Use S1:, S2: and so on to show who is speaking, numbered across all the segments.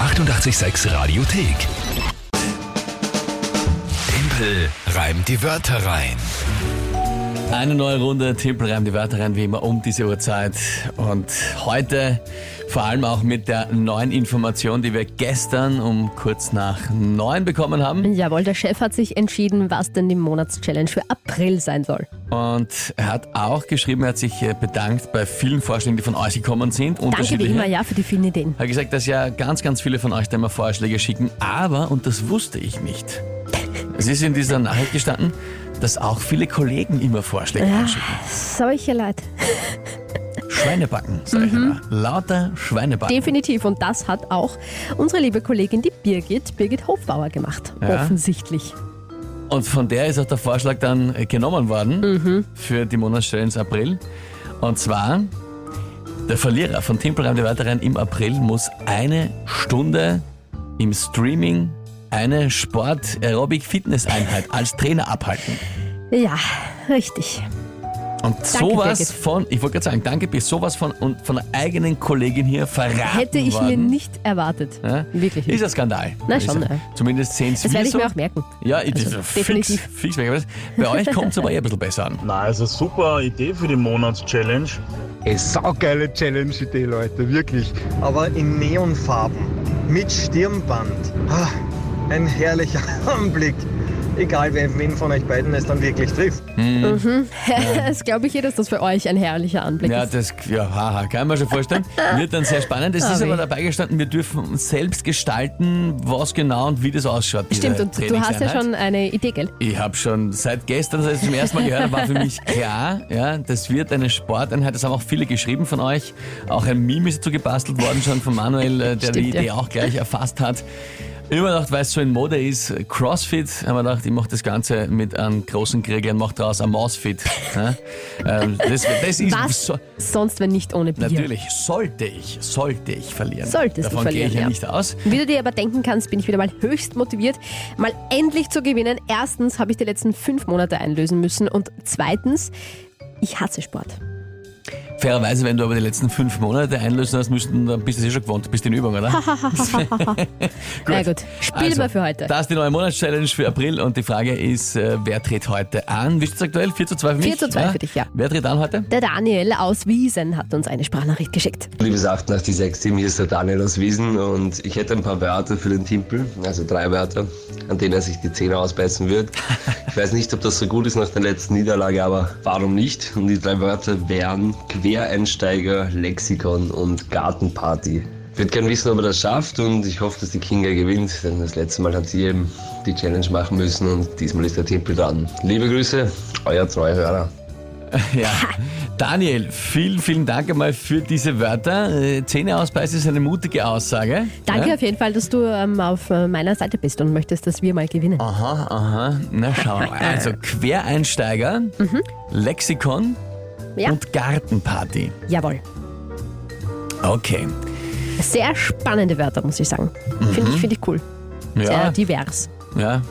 S1: 886 Radiothek. Tempel reimt die Wörter rein.
S2: Eine neue Runde, Timpel reimt die Wörter rein, wie immer um diese Uhrzeit. Und heute vor allem auch mit der neuen Information, die wir gestern um kurz nach neun bekommen haben.
S3: Jawohl, der Chef hat sich entschieden, was denn die Monatschallenge für April sein soll.
S2: Und er hat auch geschrieben, er hat sich äh, bedankt bei vielen Vorschlägen, die von euch gekommen sind.
S3: Danke wie
S2: unterschiedliche.
S3: immer, ja, für die vielen Ideen.
S2: Er hat gesagt, dass ja ganz, ganz viele von euch da immer Vorschläge schicken, aber, und das wusste ich nicht, es ist in dieser Nachricht gestanden, dass auch viele Kollegen immer Vorschläge
S3: Ja,
S2: einschicken.
S3: solche Leute.
S2: Schweinebacken, sag ich immer. Lauter Schweinebacken.
S3: Mhm. Definitiv. Und das hat auch unsere liebe Kollegin, die Birgit, Birgit Hofbauer gemacht.
S2: Ja.
S3: Offensichtlich.
S2: Und von der ist auch der Vorschlag dann äh, genommen worden
S3: Mhm.
S2: für die Monatsstelle ins April. Und zwar, der Verlierer von Timpelreim der Weiteren im April muss eine Stunde im Streaming eine Sport-Aerobic-Fitness-Einheit als Trainer abhalten.
S3: Ja, richtig.
S2: Und sowas
S3: Birgit.
S2: von, ich wollte gerade sagen, danke bis sowas von, und von der eigenen Kollegin hier verraten
S3: Hätte ich mir
S2: worden.
S3: nicht erwartet.
S2: Ja?
S3: Wirklich
S2: Ist
S3: nicht.
S2: ein Skandal.
S3: Na
S2: Ist
S3: schon,
S2: ja-
S3: ja.
S2: Zumindest sehen Sie
S3: Das werde ich
S2: so.
S3: mir auch merken.
S2: Ja, ich-
S3: Also,
S2: fix,
S3: definitiv.
S2: fix. merke ich das. Bei euch kommt es aber eher ein bisschen besser an.
S4: Na, also super Idee für die Monatschallenge.
S5: Ey, saugeile Challenge-Idee, Leute, wirklich.
S6: aber in Neonfarben mit Stirnband. Ah, Ein herrlicher Anblick. Egal, wer wen von euch beiden es dann wirklich trifft.
S3: Das glaube ich ihr, dass das für euch ein herrlicher Anblick
S2: Ja,
S3: ist.
S2: das ja, haha, kann man schon vorstellen. Wird dann sehr spannend. Es
S3: Ah,
S2: ist aber
S3: weh.
S2: dabei gestanden, wir dürfen selbst gestalten, was genau und wie das ausschaut. diese
S3: Stimmt, und du hast ja
S2: Trainingseinheit.
S3: schon eine Idee, gell?
S2: Ich habe schon seit gestern, als ich es zum ersten Mal gehört habe, war für mich klar, ja, das wird eine Sporteinheit. Das haben auch viele geschrieben von euch. Auch ein Meme ist dazu gebastelt worden schon von Manuel, äh, der die
S3: Stimmt, ja.
S2: Idee auch gleich erfasst hat. Immer noch, weil es so in Mode ist, Crossfit, haben wir gedacht, ich mache das Ganze mit einem großen Krieger und mache daraus ein Mausfit. Ja? Ähm, das, das ist
S3: Was
S2: so-
S3: sonst, wenn nicht ohne Bier?
S2: Natürlich sollte ich, sollte ich verlieren.
S3: Solltest du
S2: Davon gehe
S3: verlieren,
S2: ich ja,
S3: ja.
S2: nicht aus.
S3: Wie du dir aber denken kannst, bin ich wieder mal höchst motiviert, mal endlich zu gewinnen. Erstens habe ich die letzten fünf Monate einlösen müssen und zweitens, ich hasse Sport.
S2: Fairerweise, wenn du aber die letzten fünf Monate einlösen hast, müssten, dann bist du es eh schon gewohnt, bist in Übung, oder?
S3: Na gut, spielen
S2: Also,
S3: wir für heute.
S2: Das ist die neue Monatschallenge für April und die Frage ist, äh, wer tritt heute an? Wie steht es aktuell? 4 zu 2 für mich?
S3: 4 zu 2 für dich, ja.
S2: Wer tritt an heute?
S3: Der Daniel aus Wiesen hat uns eine Sprachnachricht geschickt.
S7: Liebes 886 Team, hier ist der Daniel aus Wiesen und ich hätte ein paar Wörter für den Timpel, also drei Wörter, an denen er sich die Zähne ausbeißen wird. Ich weiß nicht, ob das so gut ist nach der letzten Niederlage, aber warum nicht? Und die drei Wörter wären Quereinsteiger, Lexikon und Gartenparty. Ich würde gerne wissen, ob er das schafft und ich hoffe, dass die Kinga gewinnt, denn das letzte Mal hat sie eben die Challenge machen müssen und diesmal ist der Timpel dran. Liebe Grüße, euer treuer Hörer.
S2: Ja. Daniel, vielen, vielen Dank einmal für diese Wörter. Äh, Zähne ausbeißen ist eine mutige Aussage.
S3: Danke
S2: Ja?
S3: auf jeden Fall, dass du ähm, auf äh, meiner Seite bist und möchtest, dass wir mal gewinnen.
S2: Aha, aha. Na schauen wir mal. Also Quereinsteiger,
S3: Mhm.
S2: Lexikon
S3: Ja.
S2: und Gartenparty.
S3: Jawohl.
S2: Okay.
S3: Sehr spannende Wörter, muss ich sagen. Finde ich, finde ich cool. Sehr
S2: Mhm. Ja,
S3: divers.
S2: ja.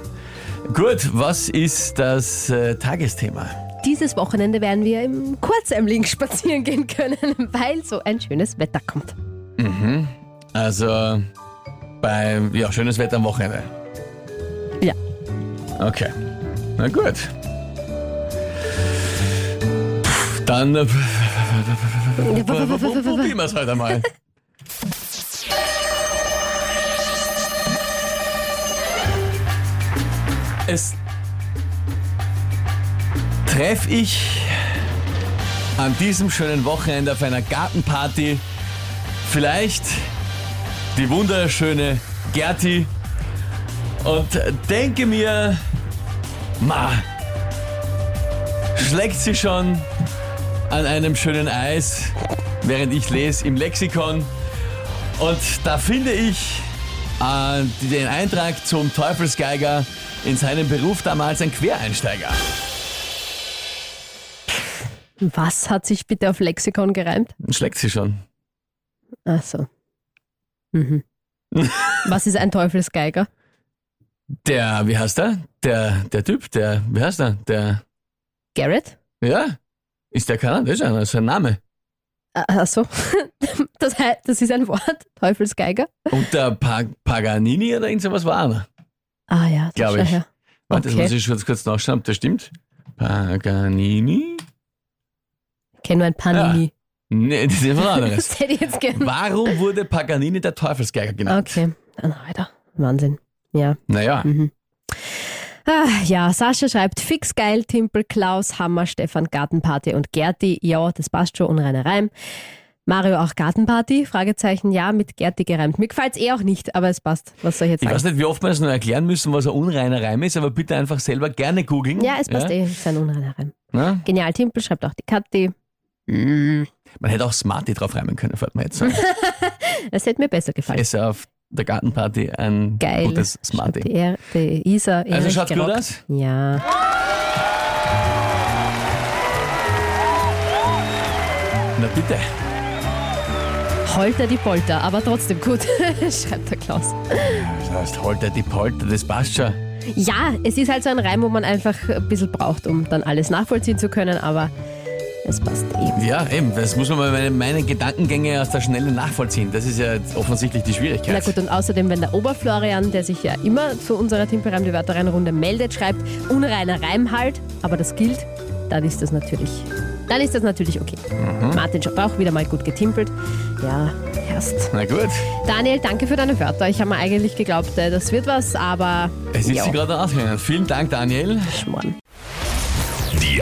S2: Gut, was ist das äh, Tagesthema?
S3: Dieses Wochenende werden wir im Kurzemling spazieren gehen können, weil so ein schönes Wetter kommt.
S2: Also bei ja, schönes Wetter am Wochenende.
S3: Ja.
S2: Okay. Na gut. Puh, Dann äh, probieren wir es heute mal. Es treffe ich an diesem schönen Wochenende auf einer Gartenparty vielleicht die wunderschöne Gerti und denke mir, ma, schlägt sie schon an einem schönen Eis, während ich lese im Lexikon. Und da finde ich äh, den Eintrag zum Teufelsgeiger in seinem Beruf damals ein Quereinsteiger.
S3: Was hat sich bitte auf Lexikon gereimt?
S2: Schlägt sie schon.
S3: Ach so. Mhm. Was ist ein Teufelsgeiger?
S2: Der, wie heißt der? Der, der Typ, der, wie heißt der? Der,
S3: Garrett?
S2: ja, ist der keiner? Das ist einer, das ist ein Name.
S3: Achso, das, hei- das ist ein Wort, Teufelsgeiger.
S2: Und der pa Paganini oder irgend sowas war einer.
S3: Ah ja, das
S2: Glaub
S3: schau
S2: ich.
S3: her.
S2: Warte, das
S3: Okay.
S2: muss ich kurz, kurz nachschauen, ob das stimmt. Paganini?
S3: Ich kenne nur ein Panini.
S2: Nee, das ist was anderes.
S3: Das hätte ich jetzt gern.
S2: Warum wurde Paganini der Teufelsgeiger genannt?
S3: Okay, dann weiter. Wahnsinn. Ja.
S2: Naja,
S3: Mhm. Ah, ja, Sascha schreibt fix geil, Timpel, Klaus, Hammer, Stefan, Gartenparty und Gerti. Ja, das passt schon, unreiner Reim. Mario auch Gartenparty? Fragezeichen, ja, mit Gerti gereimt. Mir gefällt's eh auch nicht, aber es passt. Was soll ich jetzt
S2: ich weiß
S3: sagen?
S2: nicht, wie oft wir es noch erklären müssen, was ein unreiner Reim ist, aber bitte einfach selber gerne googeln.
S3: Ja, es passt eh, es ist ein unreiner Reim.
S2: Na?
S3: Genial, Timpel schreibt auch die Kathi.
S2: Man hätte auch Smarty drauf reimen können, fällt mir jetzt ein.
S3: Das hätte mir besser gefallen.
S2: Ist ja auf der Gartenparty ein
S3: geil.
S2: gutes
S3: schreibt
S2: Smarty.
S3: Die, er die Isa,
S2: Also
S3: Erich
S2: schaut gut
S3: gerockt.
S2: aus.
S3: Ja.
S2: Na bitte.
S3: Holter die Polter, aber trotzdem gut, schreibt der Klaus.
S2: Das heißt, Holter die Polter, das passt schon.
S3: Ja, es ist halt so ein Reim, wo man einfach ein bisschen braucht, um dann alles nachvollziehen zu können, aber es passt eh. eben.
S2: Ja, eben, das muss man mal meine, meine Gedankengänge aus der Schnelle nachvollziehen. Das ist ja jetzt offensichtlich die
S3: Na
S2: Schwierigkeit.
S3: gut, und außerdem, wenn der Oberflorian, der sich ja immer zu unserer Timperreim die Wörterreinrunde meldet, schreibt, unreiner Reim halt, aber das gilt, dann ist das natürlich, dann ist das natürlich okay. Martin schreibt auch wieder mal gut getimpelt. Ja, erst.
S2: Na gut,
S3: Daniel, danke für deine Wörter. Ich habe mir eigentlich geglaubt, äh, das wird was, aber
S2: es ist
S3: ja,
S2: sie gerade ausgegangen. Vielen Dank, Daniel.
S3: schmoren.
S1: Die